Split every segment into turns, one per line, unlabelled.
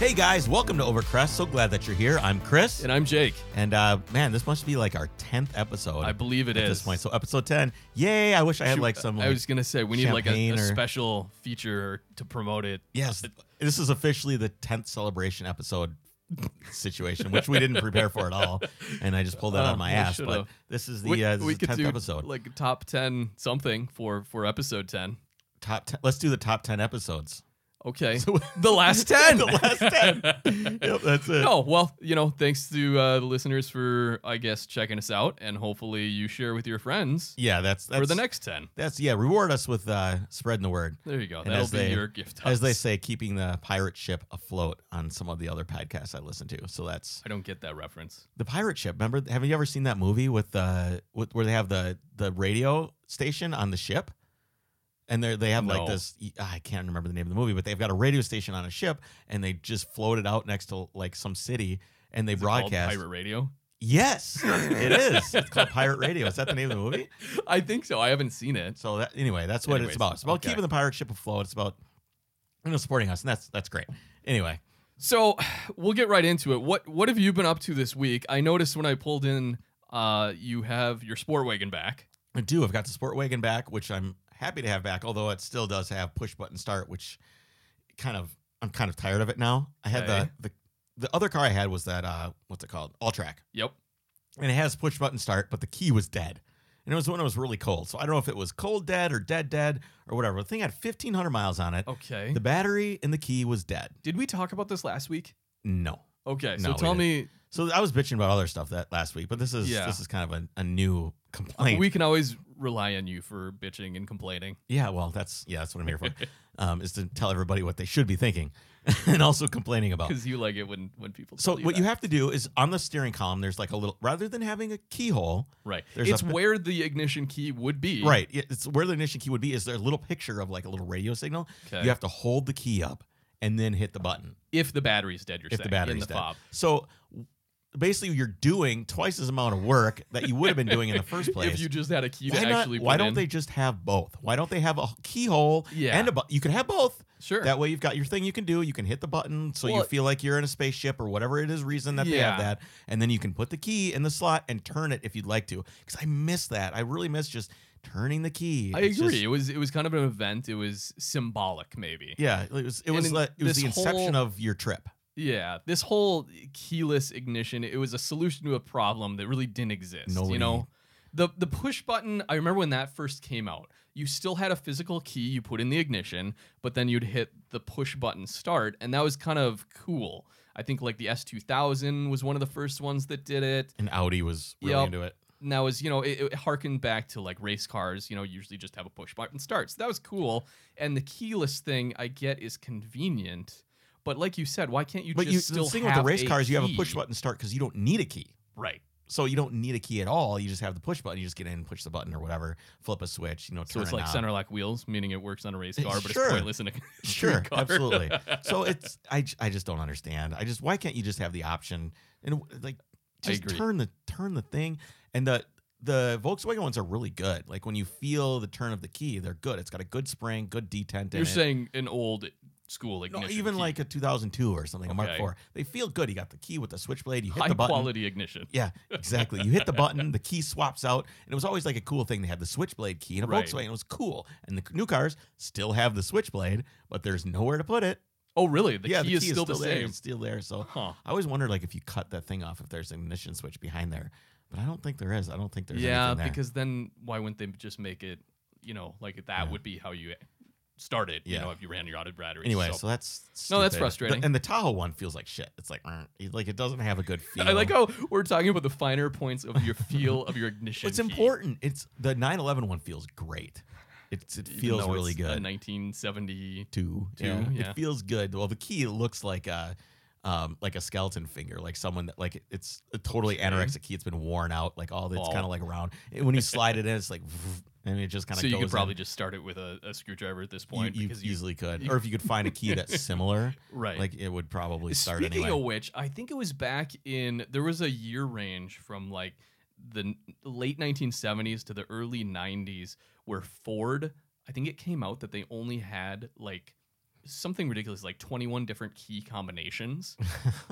Hey guys, welcome to Overcrest. So glad that you're here. I'm Chris.
And I'm Jake.
And uh, man, this must be like our tenth episode.
I believe it
at this
is.
point. So episode ten. Yay! I wish I had like some.
I
like-
was gonna say we need like a,
champagne
a
or-
special feature to promote it.
yes, this is officially the tenth celebration episode situation, which we didn't prepare for at all, and I just pulled that out
Oh,
of my
we
ass.
should've.
But this is the
we,
uh, this
we
is the
could
tenth
do
episode.
like top ten something for for episode ten.
top. 10, let's do the top ten episodes.
Okay,
So-
the last ten.
the last ten. yep, that's it.
Oh well, you know, thanks to uh, the listeners for I guess checking us out, and hopefully you share with your friends
Yeah, that's that's
for the next ten.
That's yeah. Reward us with uh, spreading the word.
There you go.
And
That'll
as
be
they-
your gift. to
as they
us.
say, keeping the pirate ship afloat on some of the other podcasts I listen to. So that's
I don't get that reference.
the pirate ship. Remember, have you ever seen that movie with uh, with, where they have the the radio station on the ship, and they they have like
No.
this. I can't remember the name of the movie, but they've got a radio station on a ship, and they just float it out next to like some city, and they
Is it called
broadcast.
pirate radio.
Yes, it is. It's called Pirate Radio. Is that the name of the movie?
I think so. I haven't seen it.
So that anyway, that's what it's
Anyways,
about. It's about
okay.
keeping the pirate ship afloat. It's about you know supporting us, and that's that's great. Anyway,
So we'll get right into it. What what have you been up to this week? I noticed when I pulled in, uh, you have your sport wagon back.
I do. I've got the sport wagon back, which I'm happy to have back. Although it still does have push button start, which kind of I'm kind of tired of it now. I had
Okay.
the the the other car I had was that uh what's it called All Track,
Yep.
and it has push button start, but the key was dead, and it was when it was really cold. So I don't know if it was cold dead or dead dead or whatever. The thing had 1,500 miles on it.
Okay.
The battery and the key was dead.
Did we talk about this last week?
No.
Okay. So
No, we
tell me,
So I was bitching about other stuff that last week, but this is
Yeah.
this is kind of a, a new complaint.
we can always rely on you for bitching and complaining.
Yeah, well, that's yeah, that's what I'm here for. um, is to tell everybody what they should be thinking and also complaining about.
Because you like it when when people.
So
tell you
what
that.
you have to do is on the steering column, there's like a little rather than having a keyhole,
right?
there's
It's
a-
where the ignition key would be.
right? yeah, It's where the ignition key would be. Is there a little picture of like a little radio signal?
Okay.
You have to hold the key up and then hit the button
if the battery's dead, you're
if
saying
the battery's
in the
dead.
fob.
So w- basically, you're doing twice as amount of work that you would have been doing in the first place.
If you just had a key
why
to
not-
actually.
why
put
don't
in-
they just have both? Why don't they have a keyhole
Yeah.
and a button? You could have both.
Sure.
That way, you've got your thing you can do. You can hit the button so you
Well-
feel like you're in a spaceship or whatever it is reason that they have
Yeah.
that. And then you can put the key in the slot and turn it if you'd like to. Because I miss that. I really miss just turning the key.
I agree.
It's
it
just-
was it was kind of an event. It was symbolic, maybe.
yeah, it was it
And
was
in
like, it was
this
the inception
whole-
of your trip.
Yeah, this whole keyless ignition, it was a solution to a problem that really didn't exist.
No way.
you know, the the push button, I remember when that first came out, you still had a physical key you put in the ignition, but then you'd hit the push button start, and that was kind of cool. I think like the S2000 was one of the first ones that did it.
And Audi was really
Yep.
into it.
And that was, you know, it, it harkened back to like race cars, you know, usually just have a push button start. So that was cool. And the keyless thing I get is convenient. But like you said, why can't you
But
just
you,
still
the thing with
have
the race
a
cars, you have a
key?
push button start because you don't need a key.
Right.
So you don't need a key at all. You just have the push button. You just get in, push the button or whatever, flip a switch. You know, turn
So it's
a
like
knob.
center lock wheels, meaning it works on a race car, but
Sure.
it's pointless in a street
Sure,
car.
absolutely. So it's I, j- I just don't understand. I just why can't you just have the option and like
I
just
agree.
turn the turn the thing and the the Volkswagen ones are really good. Like when you feel the turn of the key, they're good. It's got a good spring, good detent in
You're
it.
saying an old school
No,
ignition,
even
key.
like a 2002 or something, a Mark
Okay.
IV. They feel good. You got the key with the switchblade. You hit
high
the button.
quality ignition.
Yeah, exactly. You hit the button, the key swaps out, and it was always like a cool thing. They had the switchblade key in a
Right.
Volkswagen. It was cool. And the new cars still have the switchblade, but there's nowhere to put it.
Oh, really? The key, is, still the
there.
same.
It's still there. So
Huh.
I always wondered, like, if you cut that thing off, if there's an ignition switch behind there. But I don't think there is. I don't think there's
yeah,
anything there.
because then why wouldn't they just make it? You know, like that
Yeah.
would be how you started.
Yeah.
You know, if you ran your auto battery.
anyway, so,
so.
that's
No, that's
stupid.
frustrating.
The- and the Tahoe one feels like shit. It's like, "Mm," like it doesn't have a good feel.
I like how we're talking about the finer points of your feel of your ignition.
it's
key,
important. It's the 911 one feels great. It's it
even
feels
though
really
it's A
good.
1970.
Two,
Two,
yeah.
yeah.
It feels good. Well, the key looks like a, um, like a skeleton finger, like someone that like it's a totally anorexic key. It's been worn out, like all it's
Oh.
kind of like round. And when you slide it in, it's like, and it just kind of
So
goes
you could
in.
probably just start it with a, a screwdriver at this point
you, you
because you
easily could,
you-
or if you could find a key that's similar,
right.
like it would probably start
Speaking
anyway.
of which, I think it was back in there was a year range from like the n- late 1970s to the early 90s where Ford, I think it came out that they only had like something ridiculous like 21 different key combinations.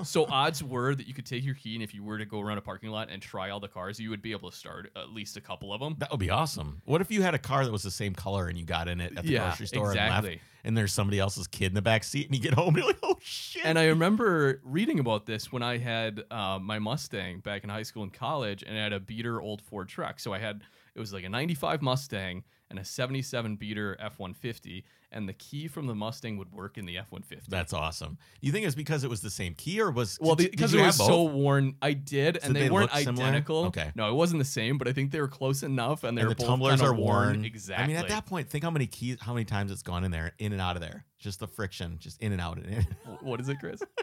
so odds were that you could take your key and if you were to go around a parking lot and try all the cars, you would be able to start at least a couple of them.
That would be awesome. What if you had a car that was the same color and you got in it at the
Yeah,
grocery store and
exactly.
left, and there's somebody else's kid in the back seat, and you get home and you're like, oh shit.
And uh, I remember reading about this when I had uh, my Mustang back in high school and college, and I had a beater old Ford truck. So I had it was like a '95 Mustang and a '77 beater F150, and the key from the Mustang would work in the F150.
That's awesome. You think it's because it was the same key, or was
well,
did-
the-
did
because
you
it
have
was
both?
so worn, I did,
Did
and they,
they
weren't
look similar?
identical.
Okay.
no, it wasn't the same, but I think they were close enough, and they
and
were
the
both
tumblers
kinda
are worn.
Exactly.
I mean, at that point, think how many keys, how many times it's gone in there, in and out of there, just the friction, just in and out. And in.
Wh- what is it, Chris?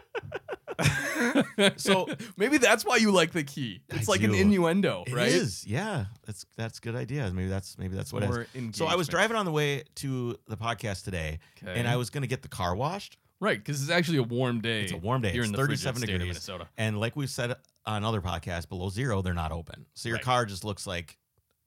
So-
maybe that's why you like the key. It's
I
like an
do.
innuendo,
It
Oh, right?
is, yeah. That's that's a good idea. Maybe that's maybe that's what it is.
More
So I was
engagement.
driving on the way to the podcast today,
Okay.
and I was going to get the car washed.
Right, because it's actually a warm day.
It's a warm day.
Here
It's
in the
37
frigid state of
degrees.
Minnesota.
And like we've said on other podcasts, below zero, they're not open. So your
Right.
car just looks like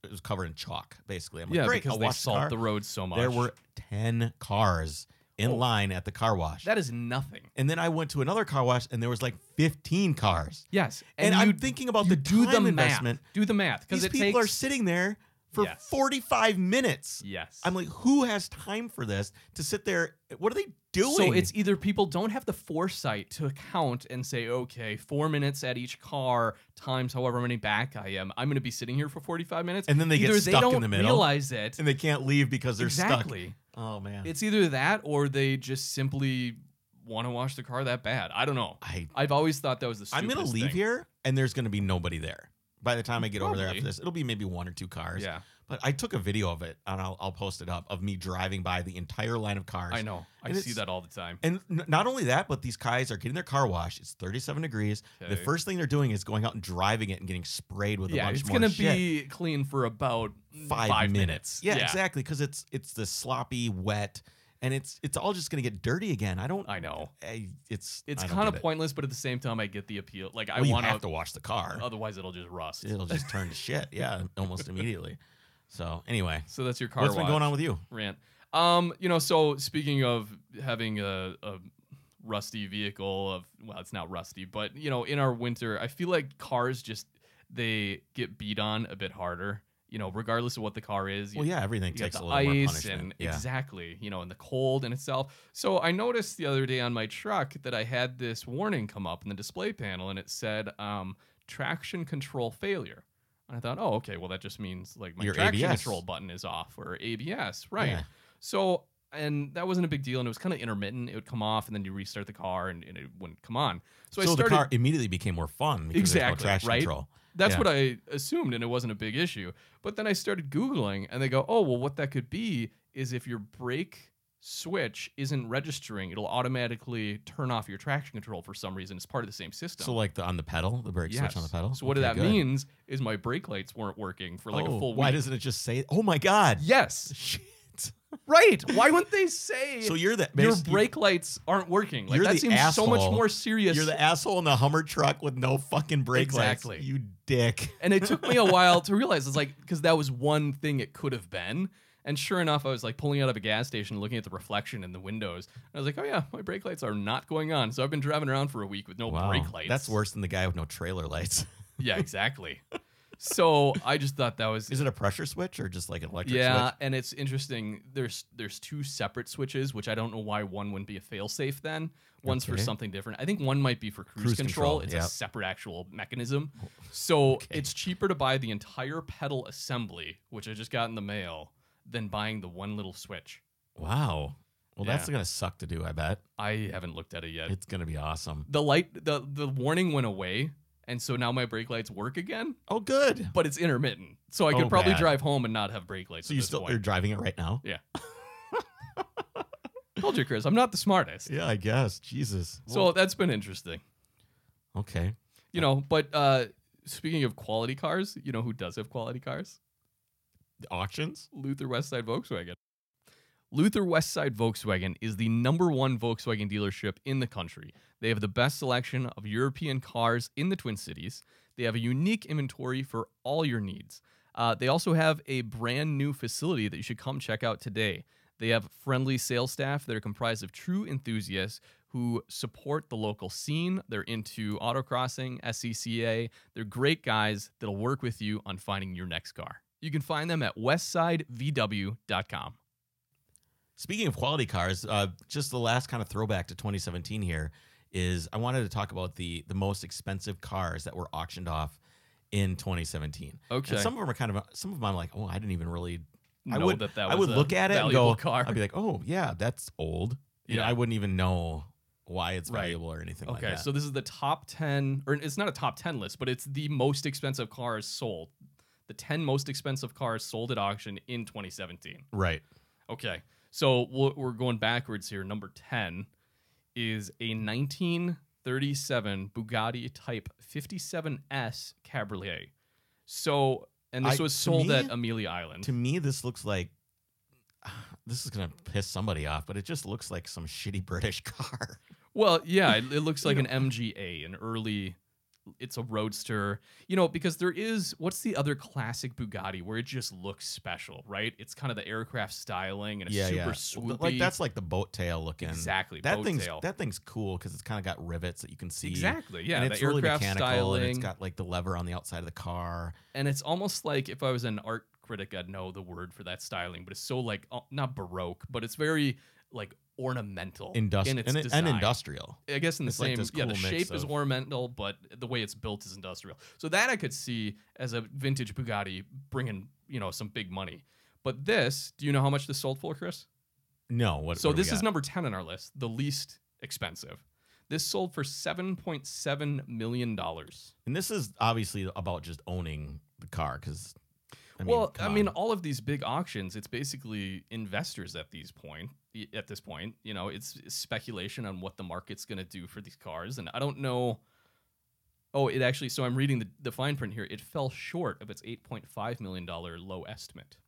it was covered in chalk, basically. I'm like,
yeah,
great,
because
I'll
they
wash the car.
salt the, roads so much.
There were 10 cars in
Oh.
line at the car wash.
that is nothing.
and then I went to another car wash and there was like 15 cars.
Yes,
And,
you
I'm thinking about
you
the
do
time
the
investment.
Math. Do the math because
These
it
people
takes.
are sitting there for
Yes.
45 minutes.
yes,
I'm like, who has time for this to sit there? What are they doing?
So it's either people don't have the foresight to count and say, okay, four minutes at each car times however many back I am. I'm going to be sitting here for 45 minutes.
And then they get
either
stuck
they
in
don't
the middle.
Realize it.
and they can't leave because they're
exactly.
stuck. Oh man.
It's either that or they just simply want to wash the car that bad. I don't know.
I
I've always thought that was the.
I'm gonna
stupidest
leave
thing.
here, and there's gonna be nobody there by the time I get over there
Probably.
after this. It'll be maybe one or two cars.
Yeah,
But I took a video of it, and I'll, I'll post it up of me driving by the entire line of cars.
I know. I
And
see
it's-
that all the time.
And n- not only that, but these guys are getting their car washed. It's 37 degrees. The
Okay.
first thing they're doing is going out and driving it and getting sprayed with a
yeah,
bunch
it's
more
gonna
shit.
be clean for about
five, minutes. Yeah,
Yeah.
exactly. Because it's it's the sloppy, wet, and it's it's all just gonna get dirty again. I don't.
I know.
I, it's
It's
I don't
kind
get
of
it.
pointless, but at the same time, I get the appeal. Like I
Well, you
want
have to wash the car.
Otherwise, it'll just rust.
It'll just turn to shit. Yeah, almost immediately. So anyway,
So that's your car.
what's been going
wash
on with you?
Rant. Um, you know, so speaking of having a, a rusty vehicle of well, it's not rusty, but you know, in our winter, I feel like cars just they get beat on a bit harder. You know, regardless of what the car is. you-
Well, yeah, everything
you got
takes a
the
little more
ice
punishment.
and
yeah.
exactly you know and the cold in itself so i noticed the other day on my truck that i had this warning come up in the display panel and it said um, traction control failure and i thought oh okay well that just means like my
Your
traction
ABS.
control button is off or abs right
Yeah.
so and that wasn't a big deal and it was kind of intermittent it would come off and then you restart the car and, and it wouldn't come on so,
So,
i started
the car immediately became more fun because there's
Exactly,
no traction
right?
control.
That's
Yeah.
what I assumed, and it wasn't a big issue. But then I started Googling, and they go, oh, well, what that could be is if your brake switch isn't registering, it'll automatically turn off your traction control for some reason. It's part of the same system.
So like the on the pedal, the brake switch on the
Yes.
pedal.
So what
Okay,
that
good.
means is my brake lights weren't working for like
oh,
a full week.
why doesn't it just say? Oh my god!
yes,
Shit.
right. Why wouldn't they say
So you're the
your
basi-
brake lights aren't working? Like
You're
that
the
seems so much
asshole.
more serious.
You're the asshole in the Hummer truck with no fucking brake
Exactly.
lights. You dick.
And it took me a while to realize it's like because that was one thing it could have been. And sure enough, I was like pulling out of a gas station, looking at the reflection in the windows. And I was like, "Oh yeah, my brake lights are not going on." So I've been driving around for a week with no brake lights.
That's worse than the guy with no trailer lights.
Yeah, exactly. so I just thought that was
Is it a pressure switch or just like an electric
yeah.
switch?
And it's interesting. There's there's two separate switches, which I don't know why one wouldn't be a failsafe. Then one's for
Okay.
something different. I think one might be for cruise,
Cruise
control.
control,
It's a
yep.
separate actual mechanism. So
Okay.
it's cheaper to buy the entire pedal assembly, which I just got in the mail, than buying the one little switch.
Wow. Well, that's
Yeah.
gonna suck to do. I bet
I haven't looked at it yet.
it's gonna be awesome.
the light the the warning went away, and so now my brake lights work again,
Oh, good.
but it's intermittent. So I could
Oh,
probably
bad.
drive home and not have brake lights.
So
at
you
this
still
point.
you're driving it right now?
told you, Chris, I'm not the smartest.
Yeah, I guess. Jesus.
So that's been interesting.
okay.
You know, but uh speaking of quality cars, you know who does have quality cars?
Auctions?
Luther Westside Volkswagen. Luther Westside Volkswagen is the number one Volkswagen dealership in the country. They have the best selection of European cars in the Twin Cities. They have a unique inventory for all your needs. Uh, they also have a brand new facility that you should come check out today. They have friendly sales staff that are comprised of true enthusiasts who support the local scene. They're into autocrossing, E SCCA. They're great guys that'll work with you on finding your next car. You can find them at westsidevw.com.
Speaking of quality cars, uh, just the last kind of throwback to 2017 here is I wanted to talk about the the most expensive cars that were auctioned off in 2017.
Okay.
And some of them are kind of some of them I'm like, oh, I didn't even really. I
Know
would
that that
I
was
would
a
look at it and
valuable
go,
car.
I'd be like, oh yeah, that's old. You know,
Yeah.
I wouldn't even know why it's
Right.
valuable or anything like
Okay,
that.
so this is the top 10, or it's not a top 10 list, but it's the most expensive cars sold. The 10 most expensive cars sold at auction in 2017.
right.
Okay, so we'll- we're going backwards here. Number 10 is a 1937 Bugatti Type 57S Cabriolet. So, and this
I-
was
to
sold
me-
at Amelia Island.
To me, this looks like this is gonna piss somebody off, but it just looks like some shitty British car.
Well, yeah, it, it looks like an MGA, an early. It's a roadster, you know, because there is what's the other classic Bugatti where it just looks special, right? It's kind of the aircraft styling and it's super swoopy.
Like that's like the boat tail looking.
exactly
That
boat
thing's
tail.
that thing's cool because it's kind of got rivets that you can see.
exactly, yeah.
and it's
the
really
aircraft
mechanical,
styling,
and it's got like the lever on the outside of the car.
and it's almost like if I was an art critic, I'd know the word for that styling, but it's so like uh, not baroque, but it's very like ornamental in
Industrial
its
and, it- and
design.
industrial.
I guess in the
It's like
same
this
yeah the
cool mix
shape is
of-
ornamental but the way it's built is industrial so that I could see as a vintage Bugatti bringing you know some big money but this do you know how much this sold for Chris
No, what?
so
what do we
this is
got?
number 10 on our list the least expensive this sold for 7.7 million dollars
and this is obviously about just owning the car because. I mean,
well I
come
mean
on.
all of these big auctions it's basically investors at these point at this point you know it's, it's speculation on what the market's going to do for these cars and I don't know Oh, it actually. So I'm reading the, the fine print here. It fell short of its 8.5 million dollar low estimate.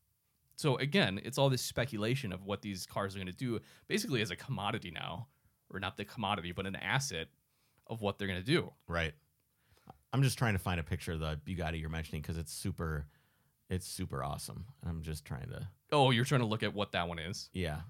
So again, it's all this speculation of what these cars are going to do, basically as a commodity now, or not the commodity, but an asset of what they're going to do.
right. I'm just trying to find a picture of the Bugatti you're mentioning because it's super, it's super awesome. I'm just trying to,
Oh, you're trying to look at what that one is.
yeah.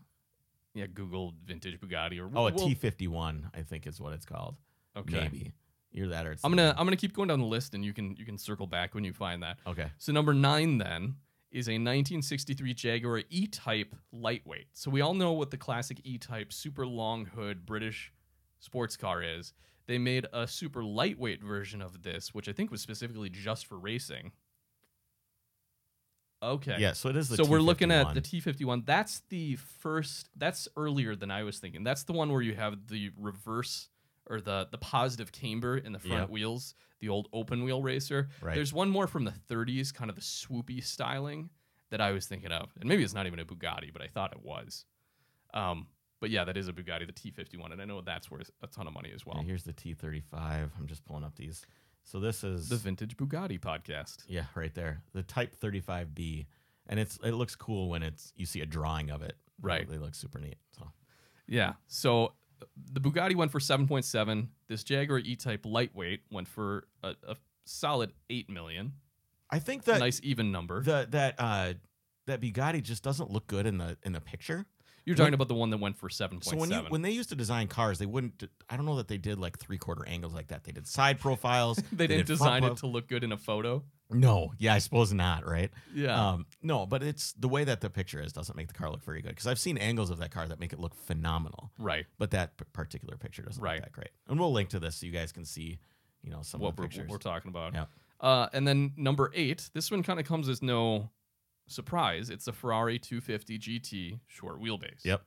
Yeah, Google vintage Bugatti or
Oh, a
well,
T51, I think is what it's called.
Okay.
Maybe you're that or it's.
I'm
the-
gonna I'm gonna keep going down the list, and you can you can circle back when you find that.
Okay.
So number nine then is a 1963 Jaguar E-Type lightweight. So we all know what the classic E-Type super long hood British sports car is. They made a super lightweight version of this, which I think was specifically just for racing. Okay.
Yeah. So it is. The
So we're looking at the
T51.
T51. That's the first. That's earlier than I was thinking. That's the one where you have the reverse or the the positive camber in the front
Yep.
wheels, the old open wheel racer.
Right.
There's one more from the 30s, kind of the swoopy styling that I was thinking of, and maybe it's not even a Bugatti, but I thought it was. Um, but yeah, that is a Bugatti, the T51, and I know that's worth a ton of money as well.
And here's the T35. I'm just pulling up these. So this is
The Vintage Bugatti podcast.
yeah, right there. The Type 35B, and it's it looks cool when it's you see a drawing of it.
Right.
They look super neat. So
Yeah. So uh, the Bugatti went for 7.7. This Jaguar E-Type lightweight went for a, a solid 8 million.
I think
A
that
nice even number.
the that uh that Bugatti just doesn't look good in the in the picture.
You're talking about the one that went for 7.7.
So when you when they used to design cars, they wouldn't. d- I don't know that they did like three quarter angles like that. They did side profiles.
they didn't
did front
design it
prof-
to look good in a photo.
no, yeah, I suppose not. Right.
Yeah.
Um, no, but it's the way that the picture is doesn't make the car look very good because I've seen angles of that car that make it look phenomenal,
right.
but that p- particular picture doesn't
Right.
look that great. And we'll link to this so you guys can see, you know, some
What
of the
we're,
pictures.
we're talking about.
Yeah.
Uh, and then number eight, this one kind of comes as no surprise. It's a Ferrari 250 GT short wheelbase.
Yep.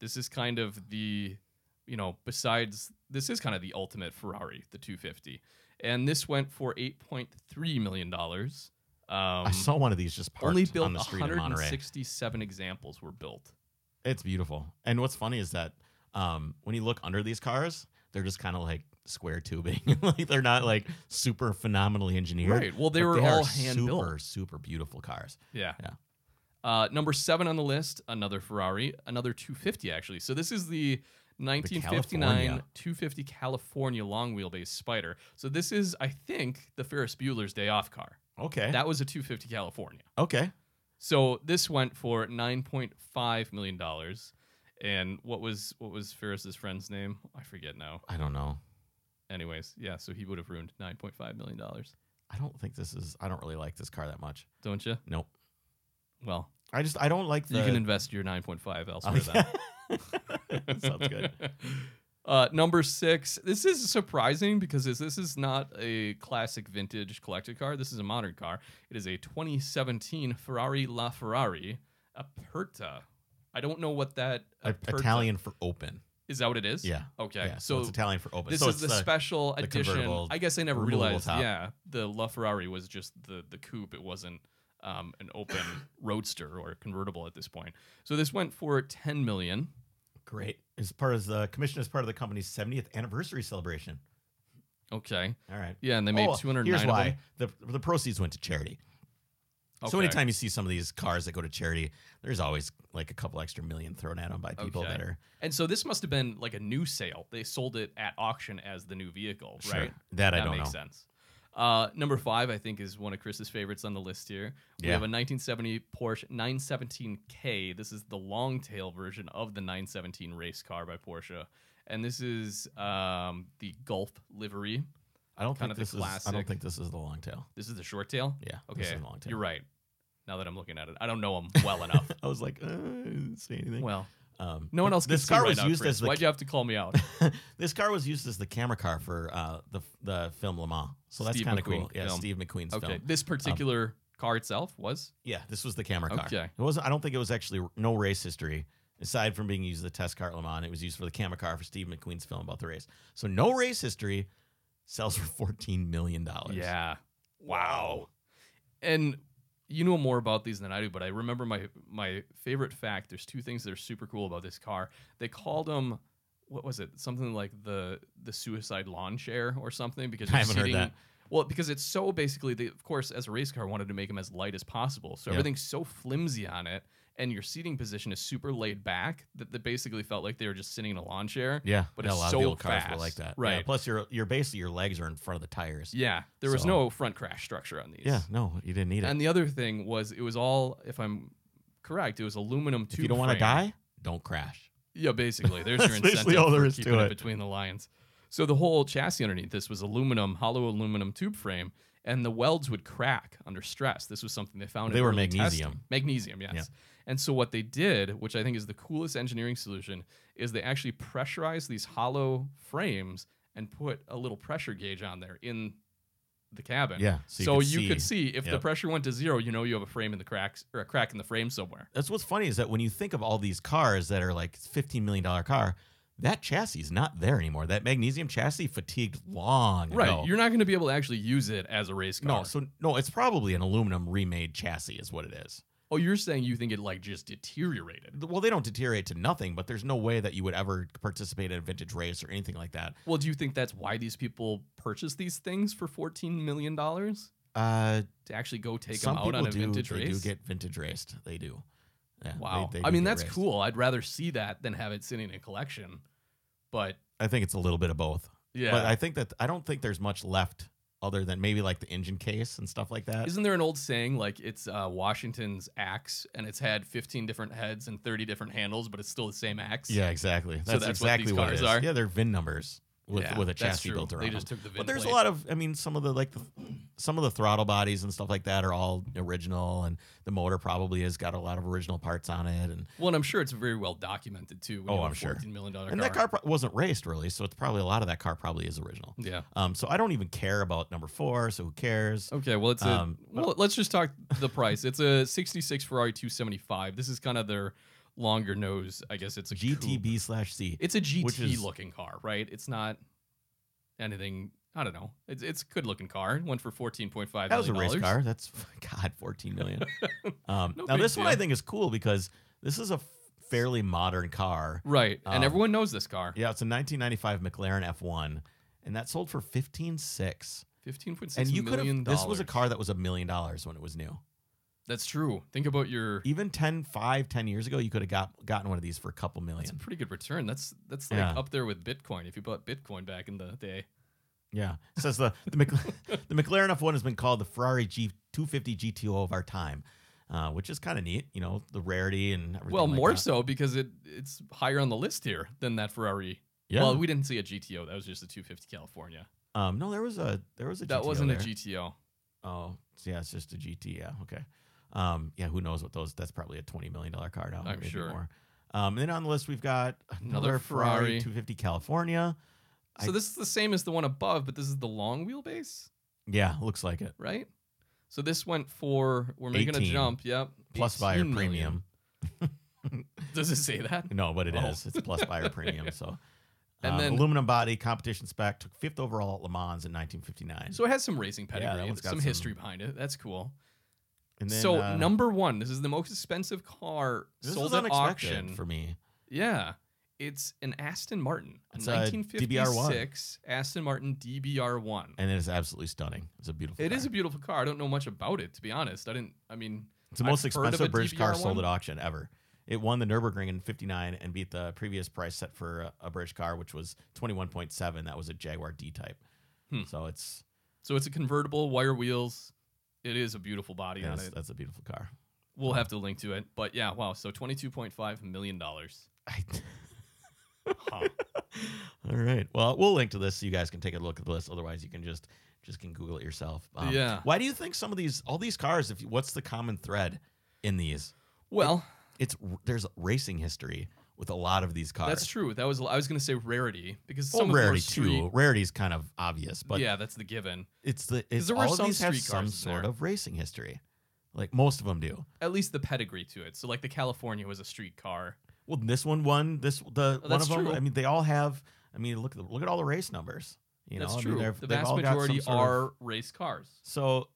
This is kind of the, you know, besides, this is kind of the ultimate Ferrari, the 250. And this went for $8.3 million. Um,
I saw one of these just parked
only built
on the street in Monterey.
167 examples were built.
It's beautiful. And what's funny is that um, when you look under these cars, they're just kind of like square tubing. like they're not like super phenomenally engineered.
Right. Well, they
but
were
are
all hand
super,
built.
super beautiful cars.
Yeah.
Yeah.
Uh, number seven on the list, another Ferrari, another 250 actually. So this is the 1959
California.
250 California long wheelbase Spider. So this is, I think, the Ferris Bueller's Day Off car.
Okay.
That was a 250 California.
okay.
So this went for nine point five million dollars. And what was what was Ferris's friend's name? I forget now.
I don't know.
Anyways, yeah, so he would have ruined nine point five million dollars.
I don't think this is. I don't really like this car that much.
Don't you?
Nope.
Well,
I just I don't like the. Oh,
you can invest your nine point five elsewhere then.
Okay. Sounds good.
Uh, number six. This is surprising because this, this is not a classic vintage collector car. This is a modern car. It is a 2017 Ferrari LaFerrari Aperta. I don't know what that
I-
Aperta-
Italian for open.
is. That what it is?
Yeah.
Okay.
yeah, so,
So,
it's Italian for open.
this
so
is
it's uh,
the, special
the
edition.
convertible
I guess I never
removable
realized.
top.
Yeah, the LaFerrari was just the the coupe. It wasn't um, an open roadster or convertible at this point. So this went for 10 million.
great. As part as the commission is part of the company's 70th anniversary celebration.
Okay.
All right.
Yeah, and they made
Oh,
209
Here's
of
why
them.
the the proceeds went to charity. So
Okay.
anytime you see some of these cars that go to charity, there's always like a couple extra million thrown at them by people
Okay.
that are
And so this must have been like a new sale. They sold it at auction as the new vehicle,
Sure.
right?
That, I
that
don't know.
makes sense. Uh, number five, I think, is one of Chris's favorites on the list here. We
Yeah.
have a 1970 Porsche 917K. This is the long tail version of the 917 race car by Porsche, and this is um, the Gulf livery.
I don't
Kind
think
of
this
the
is. I
classic.
don't think this is the long tail.
This is the short tail.
Yeah. This
Okay,
is the long tail.
you're right. Now that I'm looking at it, I don't know them well enough.
I was like, uh, I didn't say anything.
well,
um,
no one else.
This
can see
car
right
was
now,
used
Chris.
as the
Why'd you have to call me out?
this car was used as the camera car for uh, the the film Le Mans. So that's
Steve
kind of
McQueen
cool. Yeah,
film.
Steve McQueen's
okay,
film.
this particular car itself was
Yeah, this was the camera car.
Okay.
It wasn't. I don't think it was actually no race history. Aside from being used as the test car at Le Mans, it was used for the camera car for Steve McQueen's film about the race. So no race history. Sells for fourteen million dollars.
Yeah. Wow. And you know more about these than I do, but I remember my my favorite fact. There's two things that are super cool about this car. They called them what was it? Something like the the suicide lawn chair or something because
I
you're
haven't heard
sitting-
that.
Well, because it's so basically, they, of course, as a race car, wanted to make them as light as possible. So
Yeah.
everything's so flimsy on it, and your seating position is super laid back that they basically felt like they were just sitting in a lawn chair.
Yeah,
But
yeah,
it's
a lot
so
of the old cars
fast.
were like that. Yeah,
Right.
plus, your your basically your legs are in front of the tires.
Yeah, there was
So-
no front crash structure on these.
Yeah, No, you didn't need it.
And the other thing was, it was all, if I'm correct, it was aluminum tube.
if you don't want to
frame.
die, don't crash.
yeah, basically, there's your
That's
incentive
basically all there
for
is to
keeping it
it.
between the lines. So the whole chassis underneath this was aluminum, hollow aluminum tube frame, and the welds would crack under stress. This was something they found. in
They were
early testing.
magnesium.
Magnesium, yes.
Yeah.
And so what they did, which I think is the coolest engineering solution, is they actually pressurized these hollow frames and put a little pressure gauge on there in the cabin.
Yeah,
So,
so
you,
you
could
could see.
see if the
Yep.
pressure went to zero, you know you have a frame in the cracks or a crack in the frame somewhere.
That's what's funny is that when you think of all these cars that are like fifteen million dollar car, that chassis is not there anymore. That magnesium chassis fatigued long
Right.
ago.
You're not going to be able to actually use it as a race car.
no, so no, it's probably an aluminum remade chassis is what it is.
oh, you're saying you think it like just deteriorated.
Well, they don't deteriorate to nothing, but there's no way that you would ever participate in a vintage race or anything like that.
Well, do you think that's why these people purchase these things for 14 million dollars
Uh,
to actually go take
some
them out
people
on a
do.
vintage
they
race?
do get vintage raced. They do. Yeah, they-
wow.
they
I
do
mean,
get
that's
raced.
cool. I'd rather see that than have it sitting in a collection. But
I think it's a little bit of both.
yeah.
But I think that I don't think there's much left other than maybe like the engine case and stuff like that.
Isn't there an old saying like it's uh, Washington's axe and it's had 15 different heads and 30 different handles, but it's still the same axe?
Yeah, exactly. That's,
So that's what
exactly
these
what,
cars
it is.
are?
Yeah, they're VIN numbers with
Yeah,
with a
that's
chassis
true.
built around.
They just
them.
took the VIN
but there's
plate.
a lot of I mean some of the like the some of the throttle bodies and stuff like that are all original and the motor probably has got a lot of original parts on it and
Well, and I'm sure it's very well documented too. when
Oh,
you have
I'm
a
sure.
$14 million dollar
and that car pro- wasn't raced really, so it's probably a lot of that car probably is original.
Yeah.
Um so I don't even care about number 4, so who cares?
Okay. Well, it's a,
Um,
well. Let's just talk the price. It's a '66 Ferrari 275. This is kind of their longer nose. I guess it's a coupe.
GTB/C. slash C.
It's a
which
GT
is-
looking car, right? It's not anything. I don't know. It's it's a good looking car. It went for 14.5 million.
That was a race
dollars.
car. That's God, fourteen million. um,
No
now
big
this one I
deal.
think is cool because this is a f- fairly modern car.
right? And
Um,
everyone knows this car.
Yeah, it's a 1995 McLaren F1, and that sold for fifteen six.
15.6
And you could
million
have.
dollars.
This was a car that was a million dollars when it was new.
That's true. Think about your.
Even 10, 5, 10 years ago, you could have got gotten one of these for a couple
That's a
million.
pretty good return. That's that's like
Yeah.
up there with Bitcoin. If you bought Bitcoin back in the day.
Yeah, It says the the, Mc, the McLaren F1 has been called the Ferrari G250 GTO of our time. uh, which is kind of neat. You know, the rarity and everything.
Well,
like
more
that.
so because it it's higher on the list here than that Ferrari.
Yeah.
Well, we didn't see a GTO. That was just a 250 California.
um, no, there was a there was a
that
GTO
wasn't
there.
a GTO.
Oh, so yeah, it's just a GT. Yeah, okay. Um, yeah, who knows what those? That's probably a twenty million dollar car now.
I'm
maybe
sure.
More. Um, and then on the list we've got another,
Another
Ferrari,
Ferrari.
250 California. I-
So this is the same as the one above, but this is the long wheelbase,
Yeah, looks like it.
right? So this went for we're making
18.
a jump. Yep.
Plus buyer
18 million.
premium.
Does it say that?
No, but it is.
Oh.
It's plus buyer premium. So,
And
Um,
then-
aluminum body competition spec took fifth overall at Le Mans in 1959.
So it has some racing
Yeah, that
pedigree,
one's got
some,
some-
history behind it. That's cool.
and
so
uh,
number one, this is the most expensive car
this
sold
was
at
unexpected
auction.
for me.
yeah, it's an Aston Martin, a
It's a DBR1.
1956 Aston Martin DBR1.
And it is absolutely stunning. It's a beautiful.
It
car.
is a beautiful car. I don't know much about it, to be honest. I didn't. I mean,
It's the most
I've heard of
expensive
a
British car
DBR1.
sold at auction ever. It won the Nürburgring in '59 and beat the previous price set for a, a British car, which was 21.7. That was a Jaguar D-Type.
Hmm.
So it's
so it's a convertible, wire wheels. It is a beautiful body on
that's,
it.
that's a beautiful car.
We'll have to link to it. But yeah, wow. So twenty-two point five million dollars. Huh.
All right. Well, we'll link to this so you guys can take a look at the list. Otherwise, you can just just can Google it yourself. Um,
Yeah.
Why do you think some of these, all these cars? If you, what's the common thread in these?
Well,
It's r- there's racing history with a lot of these cars.
that's true. That was I was going to say rarity because
Well,
some of them were
rarity
street-
too. Rarity is kind of obvious, but
yeah, that's the given.
It's the it's
there were
all of
some
these have
street
some
cars in
sort
there.
of racing history, like most of them do.
At least the pedigree to it. So like the California was a street car.
Well, this one won this the
Oh,
one
that's
of them.
true.
I mean, they all have. I mean, look at the, look at all the race numbers. You know,
that's
I mean,
true.
they've-
the
they've
vast
all got some
majority
sort of-
are race cars.
so,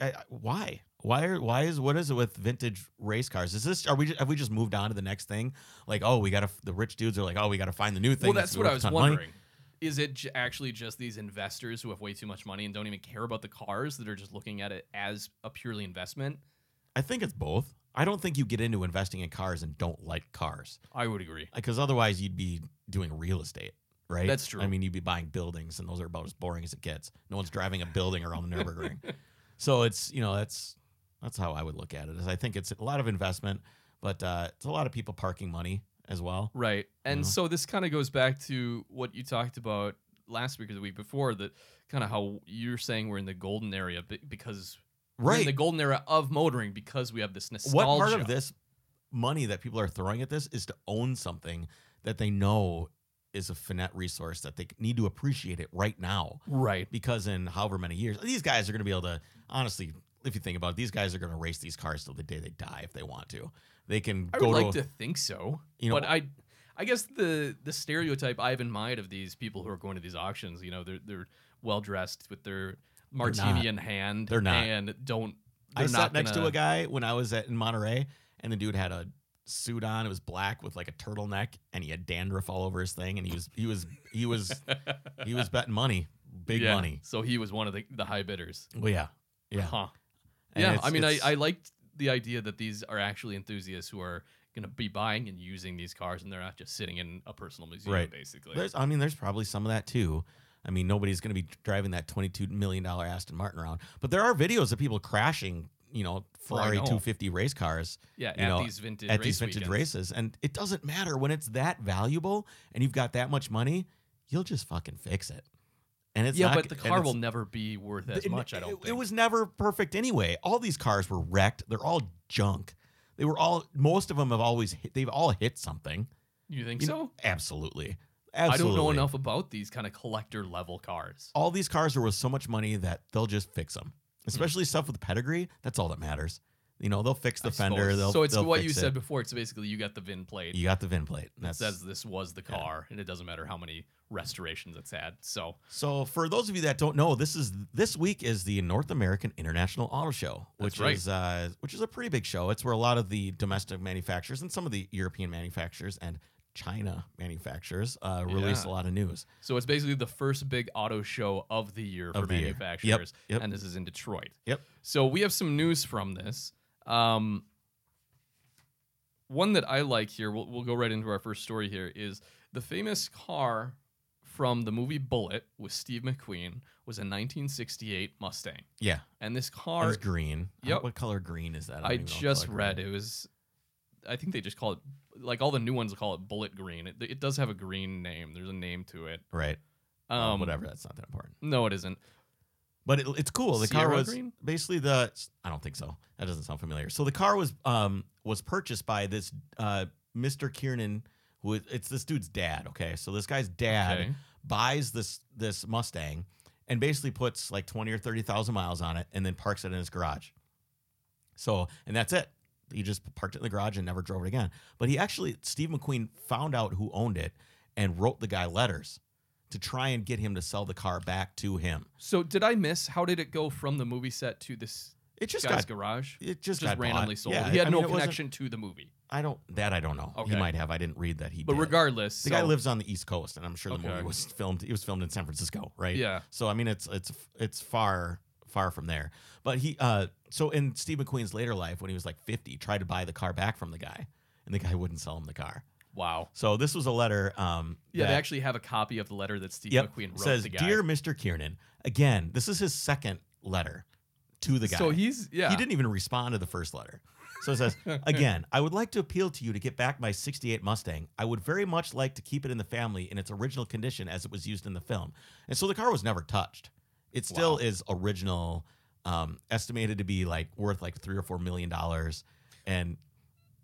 I, I- why? Why are why is what is it with vintage race cars? Is this are we have we just moved on to the next thing? Like oh we gotta the rich dudes are like oh we gotta find the new thing.
Well, that's what
worth
I
a
was
ton of money."
wondering. Is it j- actually just these investors who have way too much money and don't even care about the cars that are just looking at it as a purely investment?
I think it's both. I don't think you get into investing in cars and don't like cars.
I would agree.
because otherwise you'd be doing real estate, right?
That's true.
I mean, you'd be buying buildings, and those are about as boring as it gets. No one's driving a building around the Nurburgring, so it's you know that's that's how I would look at it. Is I think it's a lot of investment, but uh, it's a lot of people parking money as well.
Right. And
know?
so this kind of goes back to what you talked about last week or the week before that kind of how you're saying we're in the golden area be- because we're in the golden era of motoring because we have this nostalgia.
What part of this money that people are throwing at this is to own something that they know is a finite resource that they need to appreciate it right now.
Right.
because in however many years, these guys are going to be able to, honestly, if you think about it, these guys are going to race these cars till the day they die if they want to. They can
I
go
would like
to,
to think so.
You know-
but I I guess the the stereotype I have in mind of these people who are going to these auctions, you know, they're they're well dressed with their martini
not.
in hand.
They're not.
and don't
I
they're
sat
not
next to
gonna-
a guy when I was at in Monterey, and the dude had a suit on. It was black with like a turtleneck, and he had dandruff all over his thing, and he was he was he was he was betting money, big
Yeah,
money.
So he was one of the, the high bidders.
Well, yeah, yeah,
Huh.
And
yeah.
it's-
I mean I,
it's-
I liked the idea that these are actually enthusiasts who are gonna be buying and using these cars and they're not just sitting in a personal museum
Right.
basically.
There's, I mean, there's probably some of that too. I mean, nobody's going to be driving that twenty-two million dollar Aston Martin around, but there are videos of people crashing, you know,
Oh, I
Ferrari
know.
two fifty race cars
yeah,
you
at
know,
these vintage
at
race
these vintage
weekends.
races, and it doesn't matter when it's that valuable and you've got that much money, you'll just fucking fix it. And it's
yeah,
not-
but the
and
car
it's-
will never be worth as
it-
much. I don't
it,
think
it was never perfect anyway. All these cars were wrecked. They're all junk. They were all. Most of them have always. Hit, they've all hit something.
You think
You
so?
know, absolutely. Absolutely. Oh,
I don't know enough about these kind of collector level cars.
all these cars are worth so much money that they'll just fix them,
Mm-hmm.
especially stuff with pedigree. That's all that matters. You know, they'll fix the
I
fender.
suppose.
They'll,
so it's
they'll
what you
fix it.
said before. It's basically you got the VIN plate.
You got the VIN plate.
that
That's
says this was the
yeah.
car, and it doesn't matter how many restorations it's had. So
so. For those of you that don't know, this is this week is the North American International Auto Show,
That's
which
right.
is uh, which is a pretty big show. It's where a lot of the domestic manufacturers and some of the European manufacturers and China manufacturers uh, release
Yeah.
a lot of news.
so it's basically the first big auto show of the year for
Of the year. Yep,
manufacturers,
yep.
and this is in Detroit.
Yep.
So we have some news from this. Um, one that I like here, we'll, we'll go right into our first story here, is the famous car from the movie Bullet with Steve McQueen was a 1968 Mustang,
Yeah,
and this
it's
car
green. I don't-
Yep.
What color green is that? don't
I
even know what
just
color
read
green-
it was. I think they just call it like all the new ones call it Bullet Green. It, it does have a green name. There's a name to it.
Right.
Um,
Um, whatever. That's not that important.
No, it isn't.
But it, it's cool. The car
Sierra
was
green?
basically the. I don't think so. That doesn't sound familiar. So the car was um was purchased by this uh Mr. Kiernan, who is, it's this dude's dad. Okay, so this guy's dad
Okay.
buys this this Mustang and basically puts like twenty or thirty thousand miles on it and then parks it in his garage. So and that's it. He just parked it in the garage and never drove it again. But he actually Steve McQueen found out who owned it and wrote the guy letters to try and get him to sell the car back to him.
So did I miss? How did it go from the movie set to this
It just
guy's
got
garage?
it just,
Just
got
randomly
bought.
sold.
Yeah,
he had
I
no
mean, it wasn't-
connection to the movie.
I don't that I don't know.
Okay.
He might have. I didn't read that he.
But
did.
regardless,
the guy
so-
lives on the East Coast, and I'm sure the
Okay.
movie was filmed. It was filmed in San Francisco, right?
Yeah.
So I mean, it's it's it's far far from there. But he uh so in Steve McQueen's later life, when he was like 50, tried to buy the car back from the guy, and the guy wouldn't sell him the car.
Wow.
So this was a letter. Um,
Yeah,
that-
they actually have a copy of the letter that Steve
yep,
McQueen wrote
says,
the guy.
"Dear Mr. Kiernan, again, this is his second letter to the guy.
So he's yeah.
He didn't even respond to the first letter. So it says, again, I would like to appeal to you to get back my 68 Mustang. I would very much like to keep it in the family in its original condition as it was used in the film. And so the car was never touched. It still
Wow.
is original, um, estimated to be like worth like three or four million dollars. And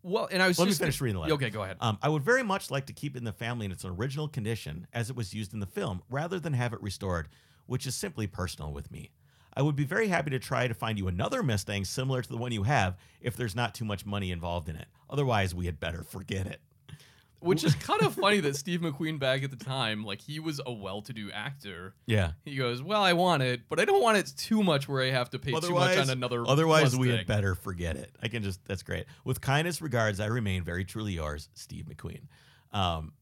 Well, and I was
let me
just
finish reading the letter.
Okay, go ahead.
Um, I would very much like to keep it in the family in its original condition as it was used in the film, rather than have it restored, which is simply personal with me. I would be very happy to try to find you another Mustang similar to the one you have if there's not too much money involved in it. Otherwise, we had better forget it.
Which is kind of funny that Steve McQueen back at the time, like he was a well-to-do actor.
Yeah.
He goes, "Well, I want it, but I don't want it too much where I have to pay too much on another."
otherwise we had
Mustang."
better forget it. I can just that's great. With kindest regards, I remain very truly yours, Steve McQueen. Um,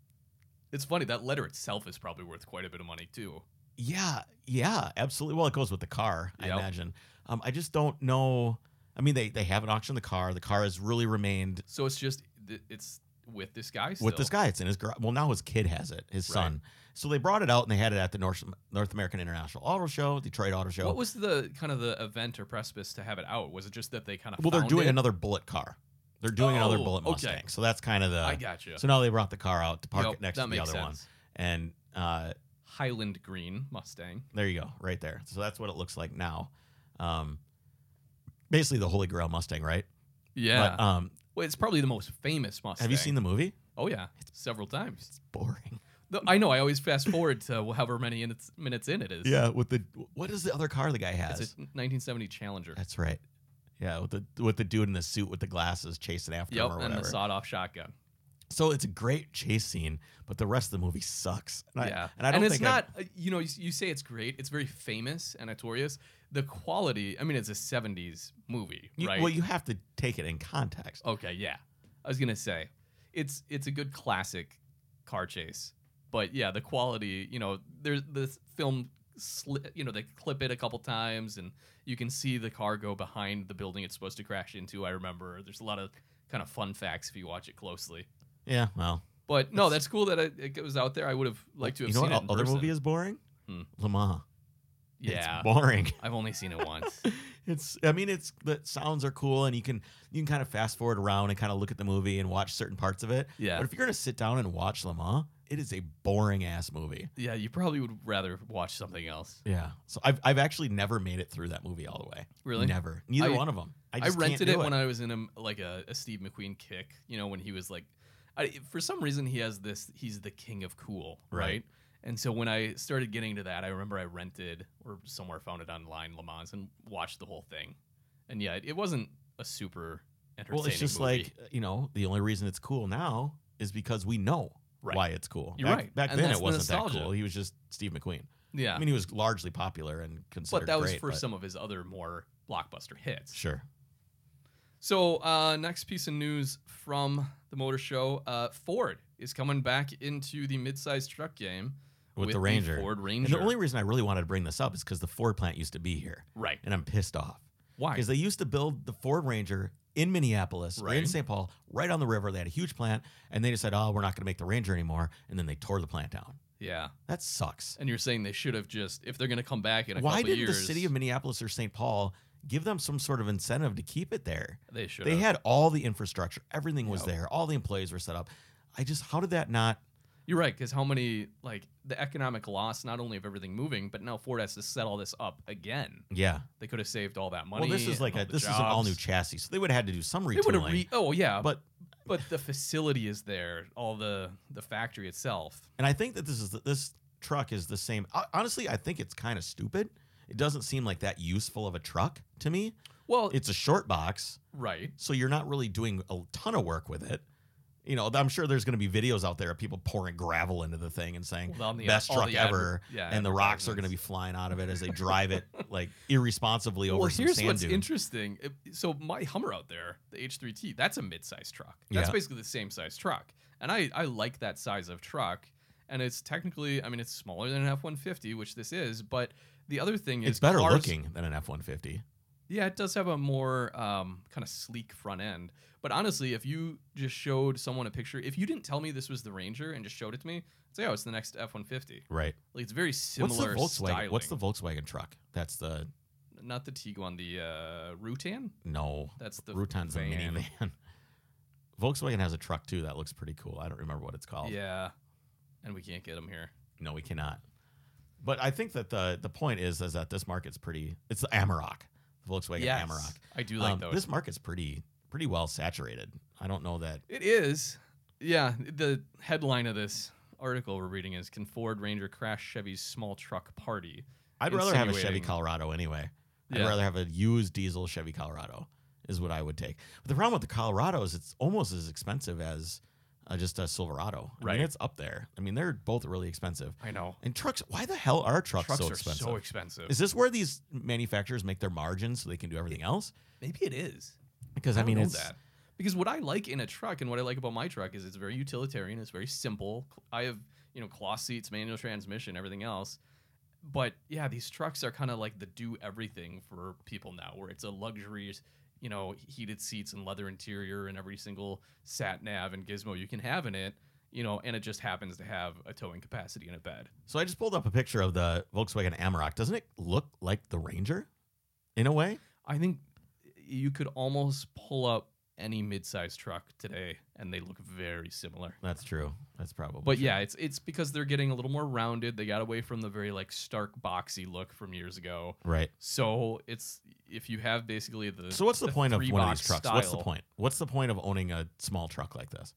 It's funny that letter itself is probably worth quite a bit of money too.
Yeah, yeah, absolutely. Well, it goes with the car, I
Yep.
imagine. Um, I just don't know. I mean, they they haven't auctioned the car. The car has really remained
So it's just th- it's with this guy. Still.
with this guy. It's in his garage. Well, now his kid has it, his son. So they brought it out and they had it at the North North American International Auto Show, Detroit Auto Show.
What was the kind of the event or precipice to have it out? Was it just that they kind of
well, they're
found
doing
it?
another bullet car. They're doing another
Oh,
bullet
okay.
Mustang. So that's kind of the.
I gotcha.
So now they brought the car out to uh, park
Yep,
it next
that
to the
makes
other one,
sense.
and uh,
Highland Green Mustang.
There you go, right there. So that's what it looks like now. Um, basically, the Holy Grail Mustang, right?
Yeah,
But, um,
well, it's probably the most famous Mustang.
have you seen the movie?
Oh yeah, several times.
boring.
No, I know. I always fast forward to however many minutes, minutes in it is.
Yeah, with the what is the other car the guy
It's
has?
a 1970 Challenger.
That's right. Yeah, with the with the dude in the suit with the glasses chasing after
Yep,
him or
and the
whatever.
sawed-off shotgun.
so it's a great chase scene, but the rest of the movie sucks. And I,
yeah,
and I don't
it's
think I-
not. uh, You know, you, s- you say it's great. It's very famous and notorious. The quality. I mean, it's a 70s movie,
you-
right?
Well, you have to take it in context.
okay, yeah. I was gonna say, it's it's a good classic car chase, but yeah, the quality. You know, there's the film. Sli- you know they clip it a couple times and you can see the car go behind the building it's supposed to crash into i remember there's a lot of kind of fun facts if you watch it closely
Yeah, well,
But no, that's cool that it, it was out there. I would have liked to have
you know
seen
what
it.
o-
In
other
person.
movie is boring?
Hmm.
Le Mans.
yeah,
it's boring.
I've only seen it once.
It's I mean it's the sounds are cool and you can you can kind of fast forward around and kind of look at the movie and watch certain parts of it.
Yeah,
But if you're gonna sit down and watch Le Mans, it is a boring ass movie.
yeah, you probably would rather watch something else.
Yeah. So I've, I've actually never made it through that movie all the way.
Really?
Never. Neither
I-
one of them. I,
I,
just
rented
can't
it
do
when I was in a like a, a Steve McQueen kick. You know, when he was like, I, for some reason he has this. He's the king of cool, right?
Right.
And so when I started getting to that, I remember I rented or somewhere found it online, Le Mans, and watched the whole thing. And yeah, it, it wasn't a super entertaining.
Well, it's just
movie.
like you know, the only reason it's cool now is because we know
Right.
why it's cool.
You're
back,
right.
Back
And
then,
that's
it
the
wasn't that
nostalgia.
cool. He was just Steve McQueen.
yeah,
I mean, he was largely popular and considered.
but that was
great,
for
but-
some of his other more blockbuster hits.
Sure.
So, uh, next piece of news from the motor show uh, Ford is coming back into the mid-sized truck game
With, the Ranger.
Ford
and
Ranger.
the only reason I really wanted to bring this up is because the Ford plant used to be here,
right.
and I'm pissed off
Why?
because they used to build the Ford Ranger in Minneapolis, or in
Right.
St. Paul, right on the river. They had a huge plant, and they decided, oh, we're not going to make the Ranger anymore, and then they tore the plant down.
Yeah.
That sucks.
And you're saying they should have just if they're going to come back in a
Why
couple
didn't
years.
the city of Minneapolis or St. Paul give them some sort of incentive to keep it there?
they should
They
have.
had all the infrastructure, everything was
Yep.
there, all the employees were set up. I just, how did that not?
You're right because how many like the economic loss not only of everything moving but now Ford has to set all this up again.
Yeah.
They could have saved all that money.
well, this is
and
like
all
a
the
this is an all new
jobs.
chassis, so they would have had to do some
They would
retooling.
have re- Oh yeah,
but
but but the facility is there, all the the factory itself.
and I think that this is this truck is the same. hon- Honestly, I think it's kind of stupid. It doesn't seem like that useful of a truck to me.
Well,
It's a short box,
right.
so you're not really doing a ton of work with it. You know, I'm sure there's going to be videos out there of people pouring gravel into the thing and saying
Well, on the- uh,
best
all
truck
the adver-
ever,
yeah,
and the rocks are
advertisements.
going to be flying out of it as they drive it like irresponsibly over
Well,
some
here's
sand
what's
dunes.
interesting. It- So my Hummer out there, the H3T, that's a mid-sized truck. That's
Yeah.
basically the same size truck, and I I like that size of truck. And it's technically, I mean, it's smaller than an F150, which this is. But the other thing is,
it's better
cars-
looking than an F150.
Yeah, it does have a more um, kind of sleek front end. But honestly, if you just showed someone a picture, if you didn't tell me this was the Ranger and just showed it to me, I'd say, oh, it's the next F150.
Right.
Like it's very similar
What's the Volkswagen?
styling.
What's the Volkswagen truck? That's the
not the Tiguan, the uh, Rutan?
no.
That's the
Rutan's a
van.
minivan. Volkswagen has a truck too that looks pretty cool. I don't remember what it's called.
Yeah, and we can't get them here.
No, we cannot. But I think that the the point is is that this market's pretty. It's the Amarok, the Volkswagen
Yes,
Amarok.
I do like
Um,
those.
This market's pretty pretty well saturated. I don't know that.
it is. Yeah, the headline of this article we're reading is "Can Ford Ranger Crash Chevy's Small Truck Party?"
I'd rather have a Chevy
Insinuating.
Colorado anyway. I'd
Yeah.
rather have a used diesel Chevy Colorado is what I would take. But the problem with the Colorado is it's almost as expensive as uh, just a Silverado. I
Right.
mean, it's up there. I mean, they're both really expensive.
I know
And trucks, why the hell are trucks,
trucks
so
are
expensive?
so expensive.
Is this where these manufacturers make their margins so they can do everything else?
Maybe it is.
Because I,
don't
mean,
know
it's
that. because what I like in a truck and what I like about my truck is it's very utilitarian. It's very simple. I have you know cloth seats, manual transmission, everything else. But yeah, these trucks are kind of like the do everything for people now, where it's a luxury. You know, heated seats and leather interior and every single sat nav and gizmo you can have in it. You know, and it just happens to have a towing capacity and a bed.
so. I just pulled up a picture of the Volkswagen Amarok. Doesn't it look like the Ranger, in a way?
I think you could almost pull up any mid-sized truck today, and they look very similar.
That's true. That's probably.
But
true.
yeah, it's it's because they're getting a little more rounded. They got away from the very like stark boxy look from years ago.
right.
So it's if you have basically the
So what's the, point of one of
three-box
these trucks? What's the
style-
point? What's the point of owning a small truck like this?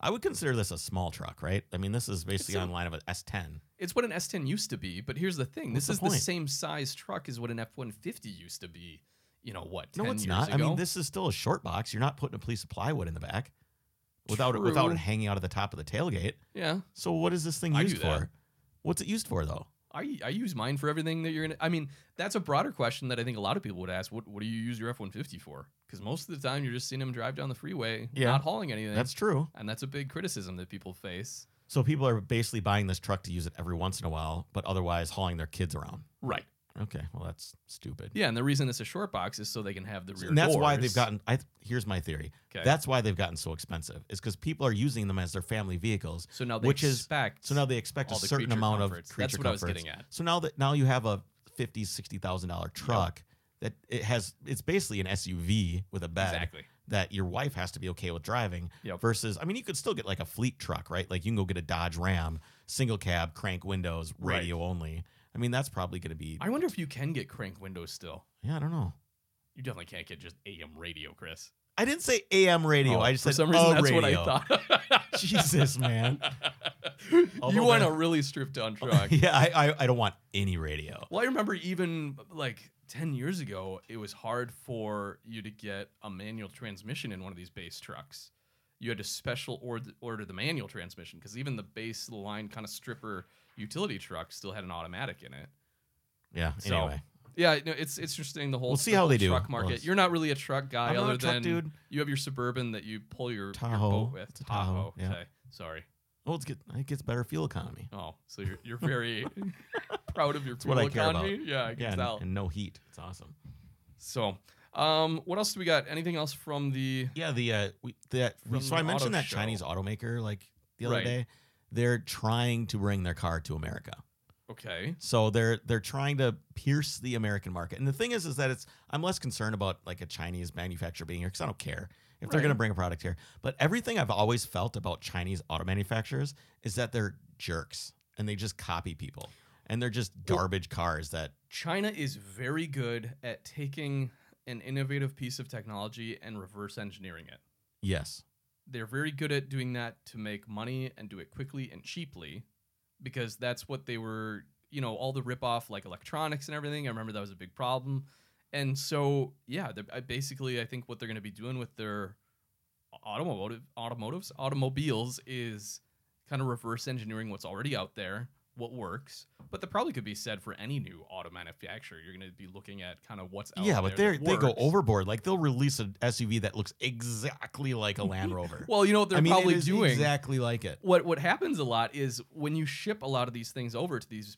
I would consider this a small truck, right? I mean, this is basically
a-
on line of an S10.
It's what an S10 used to be, but here's the thing:
What's
this
the
is the
point?
same size truck as what an F150 used to be. You know what? 10
No, it's
years
not.
Ago?
I mean, this is still a short box. You're not putting a piece of plywood in the back without it, without
True.
it hanging out of the top of the tailgate.
yeah.
So what is this thing
I do
used
that.
for? What's it used for though?
I, I use mine for everything that you're gonna. I mean, that's a broader question that I think a lot of people would ask. What what do you use your F150 for? Because most of the time you're just seeing them drive down the freeway,
Yeah.
not hauling anything.
That's true.
and that's a big criticism that people face.
So people are basically buying this truck to use it every once in a while, but otherwise hauling their kids around.
Right.
Okay, well that's stupid.
Yeah, and the reason it's a short box is so they can have the rear.
and that's why
doors.
they've gotten. I here's my theory.
Okay.
That's why they've gotten so expensive. Is because people are using them as their family vehicles.
so now they
which is-
expect.
So now they expect a
All the
certain
creature
amount
comforts.
of
That's
creature
what I was
comforts.
getting at.
So now that now you have a fifty, sixty thousand dollar truck that it has. It's basically an SUV with a bed
exactly.
that your wife has to be okay with driving.
Yep.
Versus, I mean, you could still get like a fleet truck, right? Like you can go get a Dodge Ram, single cab, crank windows,
Right.
radio only. I mean, that's probably going to be.
I wonder if you can get crank windows still.
yeah, I don't know.
You definitely can't get just AM radio, Chris.
I didn't say AM radio.
Oh,
I just
for
said
some reason
a
that's
radio.
what I thought.
Jesus, man.
you
Although
want
that-
a really stripped down truck.
yeah, I, I, I don't want any radio.
well, I remember even like ten years ago, it was hard for you to get a manual transmission in one of these base trucks. You had to special order, order the manual transmission because even the base line kind of stripper utility truck still had an automatic in it.
Yeah.
So,
Anyway,
Yeah, no, it's it's interesting the whole.
We'll see
the
how
whole
they do.
truck
Well,
market.
it's-
You're not really a truck guy,
I'm not a
other
truck
than
dude.
you have your suburban that you pull your, your
Tahoe.
boat with.
It's a Tahoe, yeah.
Okay, sorry.
well, it's get, it gets better fuel economy.
Oh, so you're you're very proud of your
what
fuel
I care about.
economy. Yeah, I can
Yeah, and,
tell.
and no heat. It's awesome.
so, um, what else do we got? Anything else from the?
Yeah, the uh, we, that we,
From
so I
the
mentioned
auto
that
show.
Chinese automaker like the other
Right.
day. they're trying to bring their car to America.
Okay.
So they're they're trying to pierce the American market. And the thing is, is that it's I'm less concerned about like a Chinese manufacturer being here because I don't care if they're
Right.
going to bring a product here. But everything I've always felt about Chinese auto manufacturers is that they're jerks and they just copy people and they're just
Well-
garbage cars that
China is very good at taking an innovative piece of technology and reverse engineering it.
yes
They're very good at doing that to make money and do it quickly and cheaply because that's what they were, you know, all the ripoff like electronics and everything. I remember that was a big problem. And so, yeah, they're, I basically, I think what they're going to be doing with their automotive automotives automobiles is kind of reverse engineering what's already out there what works but that probably could be said for any new auto manufacturer you're going to be looking at kind of what's out
yeah. But
there
they
that
they go
works.
overboard. Like they'll release an SUV that looks exactly like a Land Rover.
well you know what they're
I mean, it
probably
is
doing
exactly like it.
what what happens a lot is when you ship a lot of these things over to these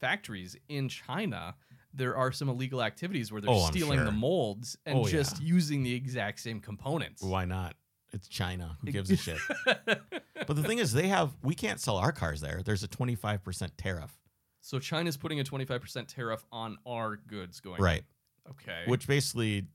factories in China, there are some illegal activities where they're
Oh, I'm
stealing
sure.
the molds and
Oh,
just using the exact same components.
Why not? It's China. Who gives a shit? But the thing is, they have we can't sell our cars there. There's a 25% tariff,
so China's putting a 25% tariff on our goods going.
right?
Okay.
Which basically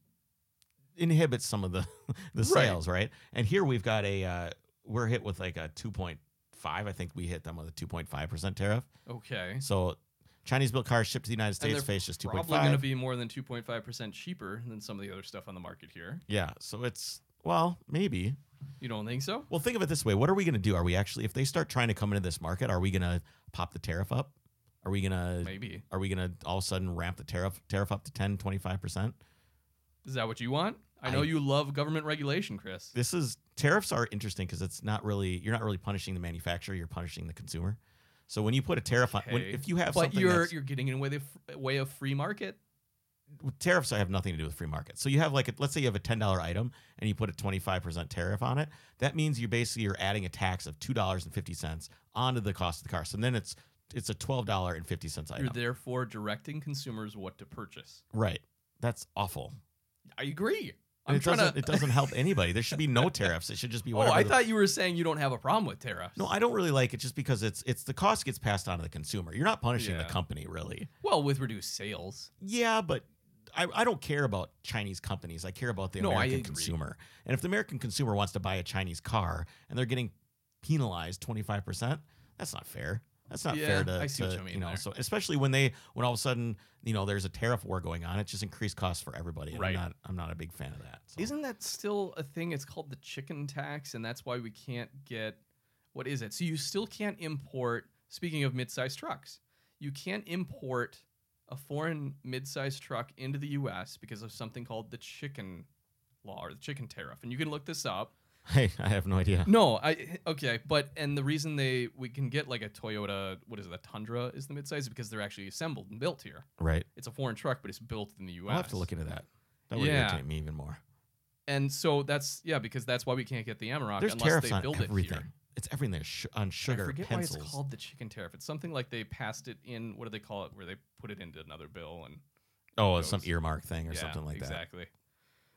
inhibits some of the the
Right.
sales, right? And here we've got a uh, we're hit with like a 2.5. I think we hit them with a 2.5% tariff.
okay.
So Chinese built cars shipped to the United
And
States
they're
face just
Probably going to
2.5.
be more than 2.5% cheaper than some of the other stuff on the market here.
yeah, so it's well, maybe.
You don't think so?
Well, think of it this way: What are we going to do? Are we actually, if they start trying to come into this market, are we going to pop the tariff up? Are we going to
Maybe.
are we going to all of a sudden ramp the tariff tariff up to 10, 25 percent?
Is that what you want? I know
I-
you love government regulation, Chris.
this is tariffs are interesting because it's not really you're not really punishing the manufacturer you're punishing the consumer so when you put a tariff on when,
Okay.
if you have
But
something
you're
that's-
you're getting in way the f- way of free market.
tariffs have nothing to do with free market so you have like a, let's say you have a $10 item and you put a 25% tariff on it that means you basically are adding a tax of $2.50 onto the cost of the car so then it's it's a $12.50 item
You're therefore directing consumers what to purchase.
right that's awful
I agree.
And
I'm
it
trying
doesn't
to.
it doesn't help anybody there should be no tariffs it should just be
oh,
whatever
I
the-
thought you were saying you don't have a problem with tariffs.
no, I don't really like it just because it's it's the cost gets passed on to the consumer. You're not punishing the
Yeah.
company really.
well, with reduced sales,
Yeah, but I, I don't care about Chinese companies. I care about the
No, I
American
agree.
consumer. And if the American consumer wants to buy a Chinese car and they're getting penalized 25%, that's not fair. That's not
Yeah,
fair to,
I see what
to,
you mean
know,
there.
so especially when they when all of a sudden, you know, there's a tariff war going on, it just increased costs for everybody. And
Right.
I'm not I'm not a big fan of that. So.
isn't that still a thing? It's called the chicken tax, and that's why we can't get. What is it? So you still can't import. Speaking of mid-sized trucks, you can't import a foreign mid-sized truck into the U.S. because of something called the chicken law or the chicken tariff, and you can look this up.
Hey, I have no idea.
No, I okay, but and the reason they we can get like a Toyota, what is it, a Tundra is the midsize is because they're actually assembled and built here.
Right.
It's a foreign truck, but it's built in the U.S.
I'll have to look into that. That would
Yeah.
irritate me even more.
And so that's yeah, because that's why we can't get the Amarok
There's
unless
tariffs
they
on
build
everything.
it here.
It's everything sh- on sugar,
I forget
pencils.
why it's called the chicken tariff. It's something like they passed it in. What do they call it? Where they put it into another bill and
oh, it's some
goes.
earmark thing or
yeah,
something like that.
Exactly.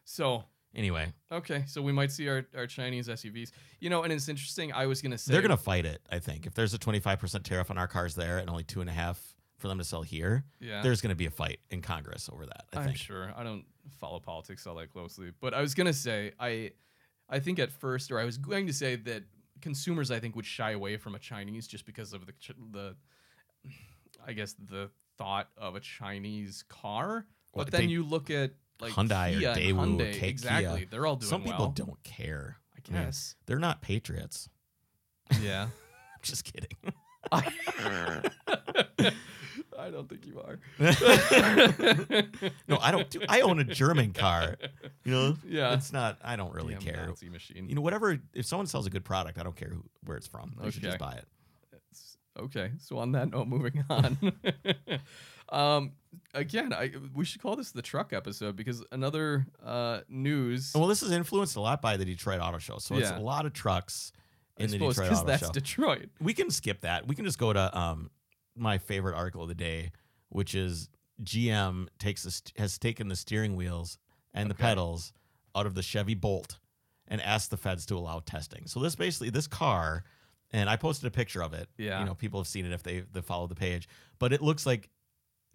So
Anyway,
okay, so we might see our, our Chinese SUVs. You know, and it's interesting. I was gonna say
They're gonna fight it, I think. If there's a 25% tariff on our cars there and only two and a half for them to sell here,
yeah.
there's gonna be a fight in Congress over that. I
I'm
think.
sure. I don't follow politics all that closely, but I was gonna say I, I think at first, or I was going to say that consumers I think would shy away from a Chinese just because of the ch- the, I guess the thought of a Chinese car. But
Well, they-
then you look at like
Hyundai or
Kia and
Daewoo or
Hyundai,
Kia.
exactly. They're all doing
Some people
well,
don't care.
I
I mean,
guess.
They're not patriots.
yeah.
I'm just kidding.
I don't think you are.
no, I don't do I own a German car. You know?
Yeah.
It's not I don't really
Damn
care.
Nazi machine.
You know, whatever if someone sells a good product, I don't care who, where it's from. They should just
Okay.
buy it.
Okay, so on that note, moving on. um, again, I we should call this the truck episode because another uh, news.
And well, this is influenced a lot by the Detroit Auto Show. So it's
Yeah.
a lot of trucks
I
in the
suppose
Detroit Auto
that's
Show.
Detroit.
we can skip that. We can just go to um, my favorite article of the day, which is GM takes the st- has taken the steering wheels and the
Okay.
pedals out of the Chevy Bolt and asked the feds to allow testing. So this basically this car and I posted a picture of it.
Yeah.
you know, people have seen it if they they follow the page, but it looks like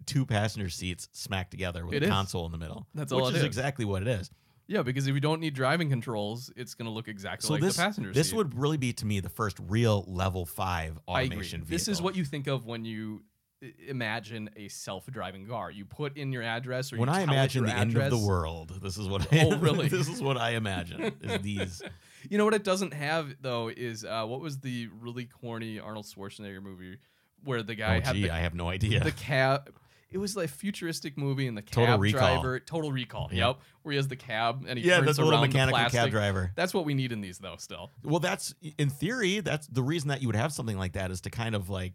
two passenger seats smacked together with
It
a
is.
console in the middle.
That's
which
all it
is
is.
exactly what it is.
Yeah, because if you don't need driving controls, it's going to look exactly
So
like
this
the passenger
this
seat.
would really be to me the first real level five
I
automation vehicle.
agree. This is what you think of when you i- imagine a self-driving car. You put in your address or
when
you
I
tell it
imagine
your
the end of the
address.
world, this is what I,
Oh, really?
this is what I imagine is these.
You know what it doesn't have though is uh, what was the really corny Arnold Schwarzenegger movie where the guy
oh,
had
gee,
the,
I have no idea.
the cab. It was like a futuristic movie, and the cab
Total Recall.
driver, Total Recall.
Yeah.
Yep, where he has the cab and he
yeah,
prints
that's a little
around the
mechanical
plastic.
cab driver.
That's what we need in these though. Still,
Well, that's in theory. That's the reason that you would have something like that is to kind of like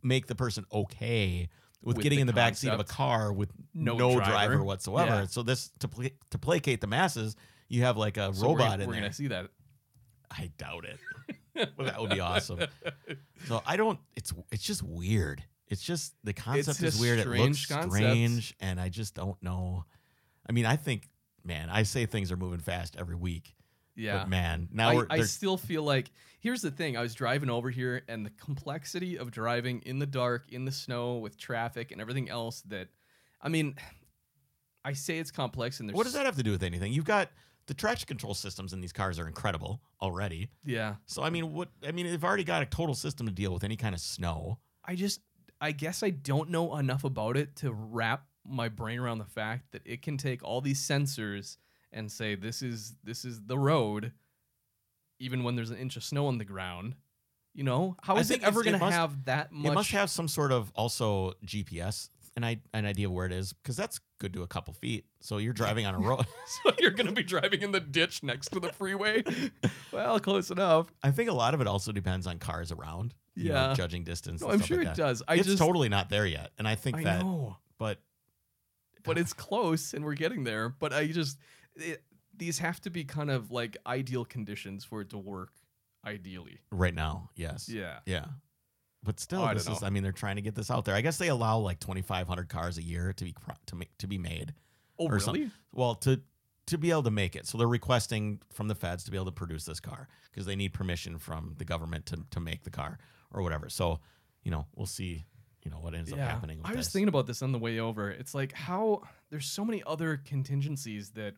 make the person okay with,
With
getting
the
in the back seat of a
concept.
car with
No
no,
driver.
driver. whatsoever.
Yeah.
So this to pla to placate the masses, you have like a
So we're
robot
gonna-
in
we're
there.
gonna see that.
I doubt it. well, that would be awesome. So I don't. It's it's just weird. It's just the concept
just
is weird. It
strange
looks
concept.
strange, and I just don't know. I mean, I think, man, I say things are moving fast every week,
Yeah,
but man, now
I,
we're
I
they're-
still feel like here's the thing. I was driving over here, and the complexity of driving in the dark, in the snow, with traffic and everything else. That, I mean, I say it's complex, and there's
What does that have to do with anything? You've got the traction control systems in these cars are incredible already.
Yeah,
So I mean, what I mean, they've already got a total system to deal with any kind of snow.
I just, I guess I don't know enough about it to wrap my brain around the fact that it can take all these sensors and say this is this is the road, even when there's an inch of snow on the ground. You know, how
I
is it
think it's-
ever
it
going to
must-
have that much?
It must have some sort of also GPS and I an idea of where it is because that's good to a couple feet. So you're driving on a road.
so you're going to be driving in the ditch next to the freeway. well, close enough.
I think a lot of it also depends on cars around. you know,
Yeah.
judging distance.
No,
and
I'm
stuff
sure
like that.
it does. I
it's
just
totally not there yet, and I think
I
that.
know,
But
but it's close, and we're getting there. But I just it, these have to be kind of like ideal conditions for it to work, ideally.
right now, yes,
Yeah.
Yeah. But still,
I don't
this is.
know.
I mean, they're trying to get this out there. I guess they allow like 2,500 cars a year to be cro- to make to be made.
Oh,
or some- Well, to to be able to make it, so they're requesting from the feds to be able to produce this car because they need permission from the government to to make the car or whatever. So, you know, we'll see. You know what ends up happening. With
I was
this.
thinking about this on the way over. It's like how there's so many other contingencies that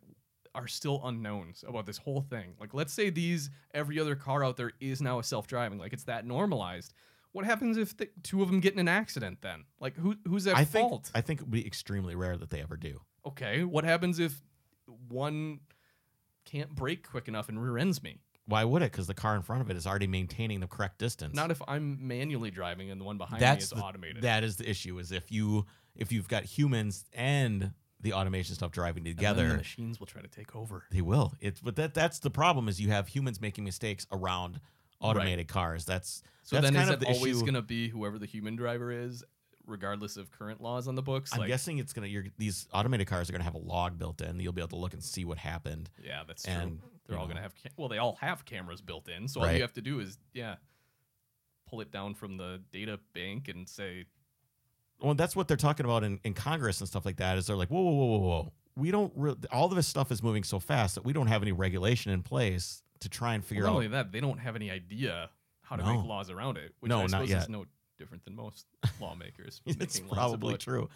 are still unknowns about this whole thing. Like let's say these every other car out there is now a self-driving. Like it's that normalized. What happens if the, two of them get in an accident then? Like who who's at
I think
fault?
I think it would be extremely rare that they ever do.
okay, what happens if one can't brake quick enough and rear ends me?
Why would it? Because the car in front of it is already maintaining the correct distance.
Not if I'm manually driving and the one behind me
That's
is
the-
automated.
that is the issue. Is if you if you've got humans and the automation stuff driving
And then
together,
the machines will try to take over.
They will. It's but that that's the problem is you have humans making mistakes around automated cars. That's
So
that's
then
kind of
is it
the
always
issue.
going to be whoever the human driver is, regardless of current laws on the books?
I'm
like,
guessing it's gonna. You're, these automated cars are gonna have a log built in. You'll be able to look and see what happened.
yeah, that's
and,
true. They're
you
all
know.
going to have ca- well, they all have cameras built in, so all you
Right.
have to do is yeah, pull it down from the data bank and say
Well, that's what they're talking about in, in Congress and stuff like that. Is they're like, whoa, whoa, whoa, whoa, whoa. We don't. Re- all of this stuff is moving so fast that we don't have any regulation in place to try and figure
well, not
out
only that they don't have any idea how to
No.
make laws around it, which
No,
I
not
suppose is
yet.
no different than most lawmakers.
it's
making laws
probably
about-
true.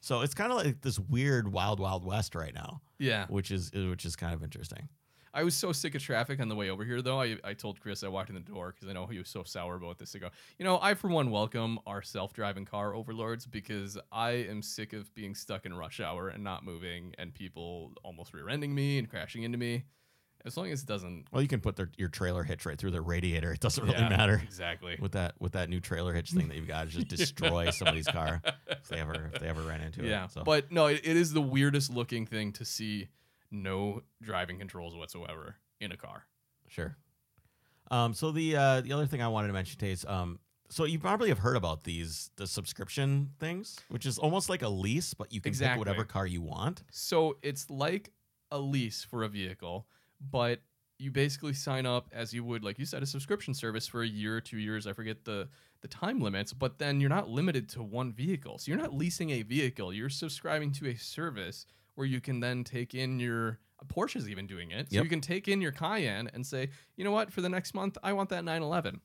So it's kind of like this weird wild wild west right now,
Yeah,
which is which is kind of interesting.
I was so sick of traffic on the way over here, though. I, I told Chris I walked in the door because I know he was so sour about this. I go, you know, I for one welcome our self driving car overlords because I am sick of being stuck in rush hour and not moving and people almost rear ending me and crashing into me. As long as it doesn't.
Well, you can put their, your trailer hitch right through their radiator. It doesn't really
Yeah,
matter.
Exactly.
with that with that new trailer hitch thing that you've got to just destroy somebody's car if they ever if they ever ran into
yeah.
it. So
But no, it, it is the weirdest looking thing to see no driving controls whatsoever in a car.
sure. Um, so the uh, the other thing I wanted to mention today is um, so you probably have heard about these the subscription things, which is almost like a lease, but you can
Exactly.
pick whatever car you want.
So it's like a lease for a vehicle, but you basically sign up as you would, like you said, a subscription service for a year or two years. I forget the the time limits, but then you're not limited to one vehicle. So you're not leasing a vehicle. You're subscribing to a service where you can then take in your uh, Porsche's even doing it. So
Yep.
you can take in your Cayenne and say, you know what, for the next month, I want that 911. And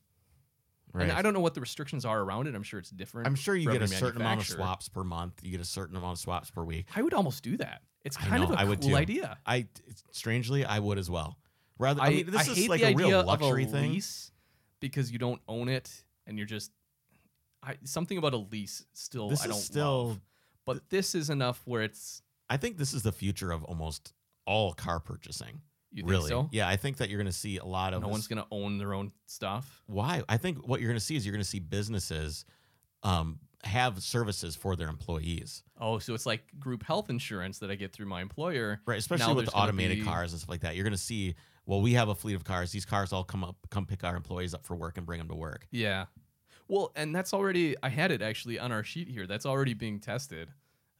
Right.
I don't know what the restrictions are around it. I'm sure it's different.
I'm sure you
for
get a
every
certain amount of
manufacturer.
swaps per month. You get a certain amount of swaps per week.
I would almost do that. It's
I
kind of
know,
a
I
cool
would too.
idea.
I strangely I would as well. Rather, I,
I,
mean, this
I
is
hate
like
the
a
idea
real luxury
luxury of a
thing.
lease because you don't own it and you're just I, something about a lease still
This
I don't
is still.
love. But this is enough where it's
I think this is the future of almost all car purchasing.
you
really?
think so?
Yeah, I think that you're going to see a lot of.
No
this-
one's gonna own their own stuff.
why? I think what you're going to see is you're going to see businesses um, have services for their employees,
Oh, so it's like group health insurance that I get through my employer.
right? Especially with
there's gonna
automated
be-
cars and stuff like that. You're going to see. Well, we have a fleet of cars. These cars all come up, come pick our employees up for work and bring them to work.
Yeah. Well, and that's already I had it actually on our sheet here. That's already being tested.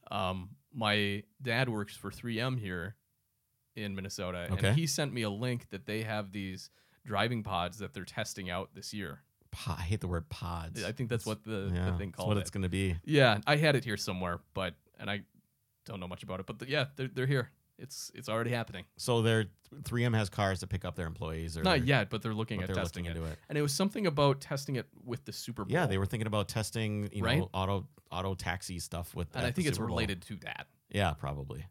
Um, my dad works for 3M here in Minnesota,
Okay.
and he sent me a link that they have these driving pods that they're testing out this year.
Po- I hate the word pods.
I think that's what the,
yeah,
the thing
that's
called
what
it.
it's going to be.
yeah, I had it here somewhere, but and I don't know much about it, but th- yeah, they're they're here. It's it's already happening.
So their 3M has cars to pick up their employees, or
Not
their-
yet, but they're
but
looking
they're
at testing
looking
it.
into it.
And it was something about testing it with the Super Bowl.
Yeah, they were thinking about testing, you
Right?
know, auto auto taxi stuff with.
and
at
I
the
think it's
Super Bowl.
related to that.
Yeah, probably.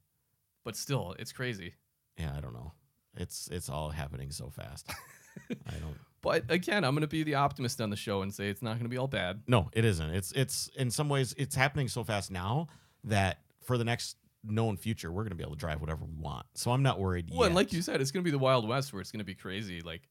But still, it's crazy.
Yeah, I don't know. It's it's all happening so fast. I don't.
But again, I'm going to be the optimist on the show and say it's not going to be all bad.
No, it isn't. It's it's in some ways it's happening so fast now that for the next known future we're going to be able to drive whatever we want. So I'm not worried.
Well, and
yet.
like you said, it's going to be the Wild West where it's going to be crazy. Like,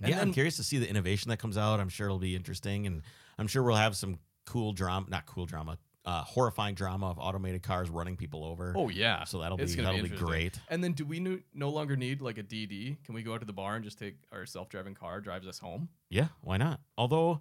and
yeah, I'm
then-
curious to see the innovation that comes out. I'm sure it'll be interesting, and I'm sure we'll have some cool drama, not cool drama, uh, horrifying drama of automated cars running people over.
oh yeah.
so that'll be
it's gonna be
that'll be
interesting.
great.
And then, do we no, no longer need like a DD? Can we go out to the bar and just take our self-driving car drives us home?
Yeah, why not? Although,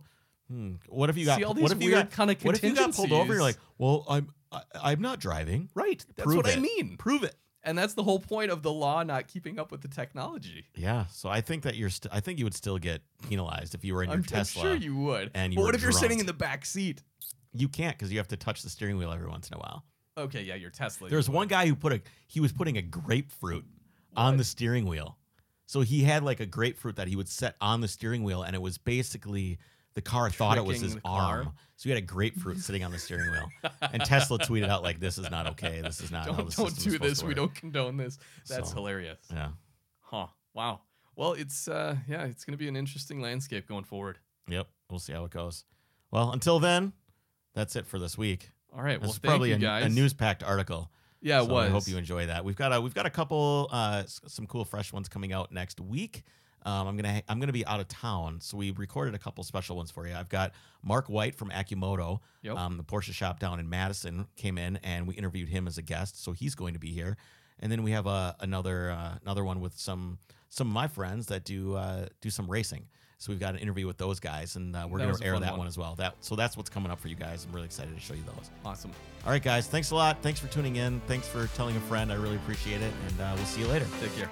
hmm, what if you got
See all these
what if you
weird
got
kind of
what if you got pulled over? You're like, well, I'm I, I'm not driving.
right? That's
prove
what I
it.
mean.
Prove it.
And that's the whole point of the law not keeping up with the technology.
Yeah, so I think that you're. St- I think you would still get penalized if you were in your
I'm, I'm
Tesla.
sure
you-,
you would.
and you
but
were
what if you're
drunk.
sitting in the back seat?
can't because you have to touch the steering wheel every once in a while.
Okay, Oh, yeah, you're Tesla.
There was
you
one
would.
guy who put a. He was putting a grapefruit on
What?
the steering wheel, so he had like a grapefruit that he would set on the steering wheel, and it was basically the car thought it was
Tricking
his
the car.
arm. So he had a grapefruit sitting on the steering wheel. And Tesla tweeted out like, "This is not okay. This is not how the
don't
system
don't
is
do
supposed
this.
to
We
work."
don't condone this. That's
So,
hilarious.
Yeah,
Huh. Wow. Well, it's uh yeah, it's gonna be an interesting landscape going forward.
yep. We'll see how it goes. Well, until then, that's it for this week.
All right.
This
Well,
is
thank
probably
you
a,
guys.
a news-packed article.
Yeah, it
so
was.
I hope you enjoy that. We've got a we've got a couple uh, s- some cool fresh ones coming out next week. Um, I'm gonna ha- I'm gonna be out of town, so we recorded a couple special ones for you. I've got Mark White from Akimoto,
Yep.
um, the Porsche shop down in Madison, came in and we interviewed him as a guest, so he's going to be here. And then we have uh, another uh, another one with some some of my friends that do uh, do some racing. So we've got an interview with those guys, and uh, we're
That was
gonna
a
air
fun
that
one.
one as well. That so that's what's coming up for you guys. I'm really excited to show you those.
awesome.
All right, guys. Thanks a lot. Thanks for tuning in. Thanks for telling a friend. I really appreciate it. And uh, we'll see you later.
Take care.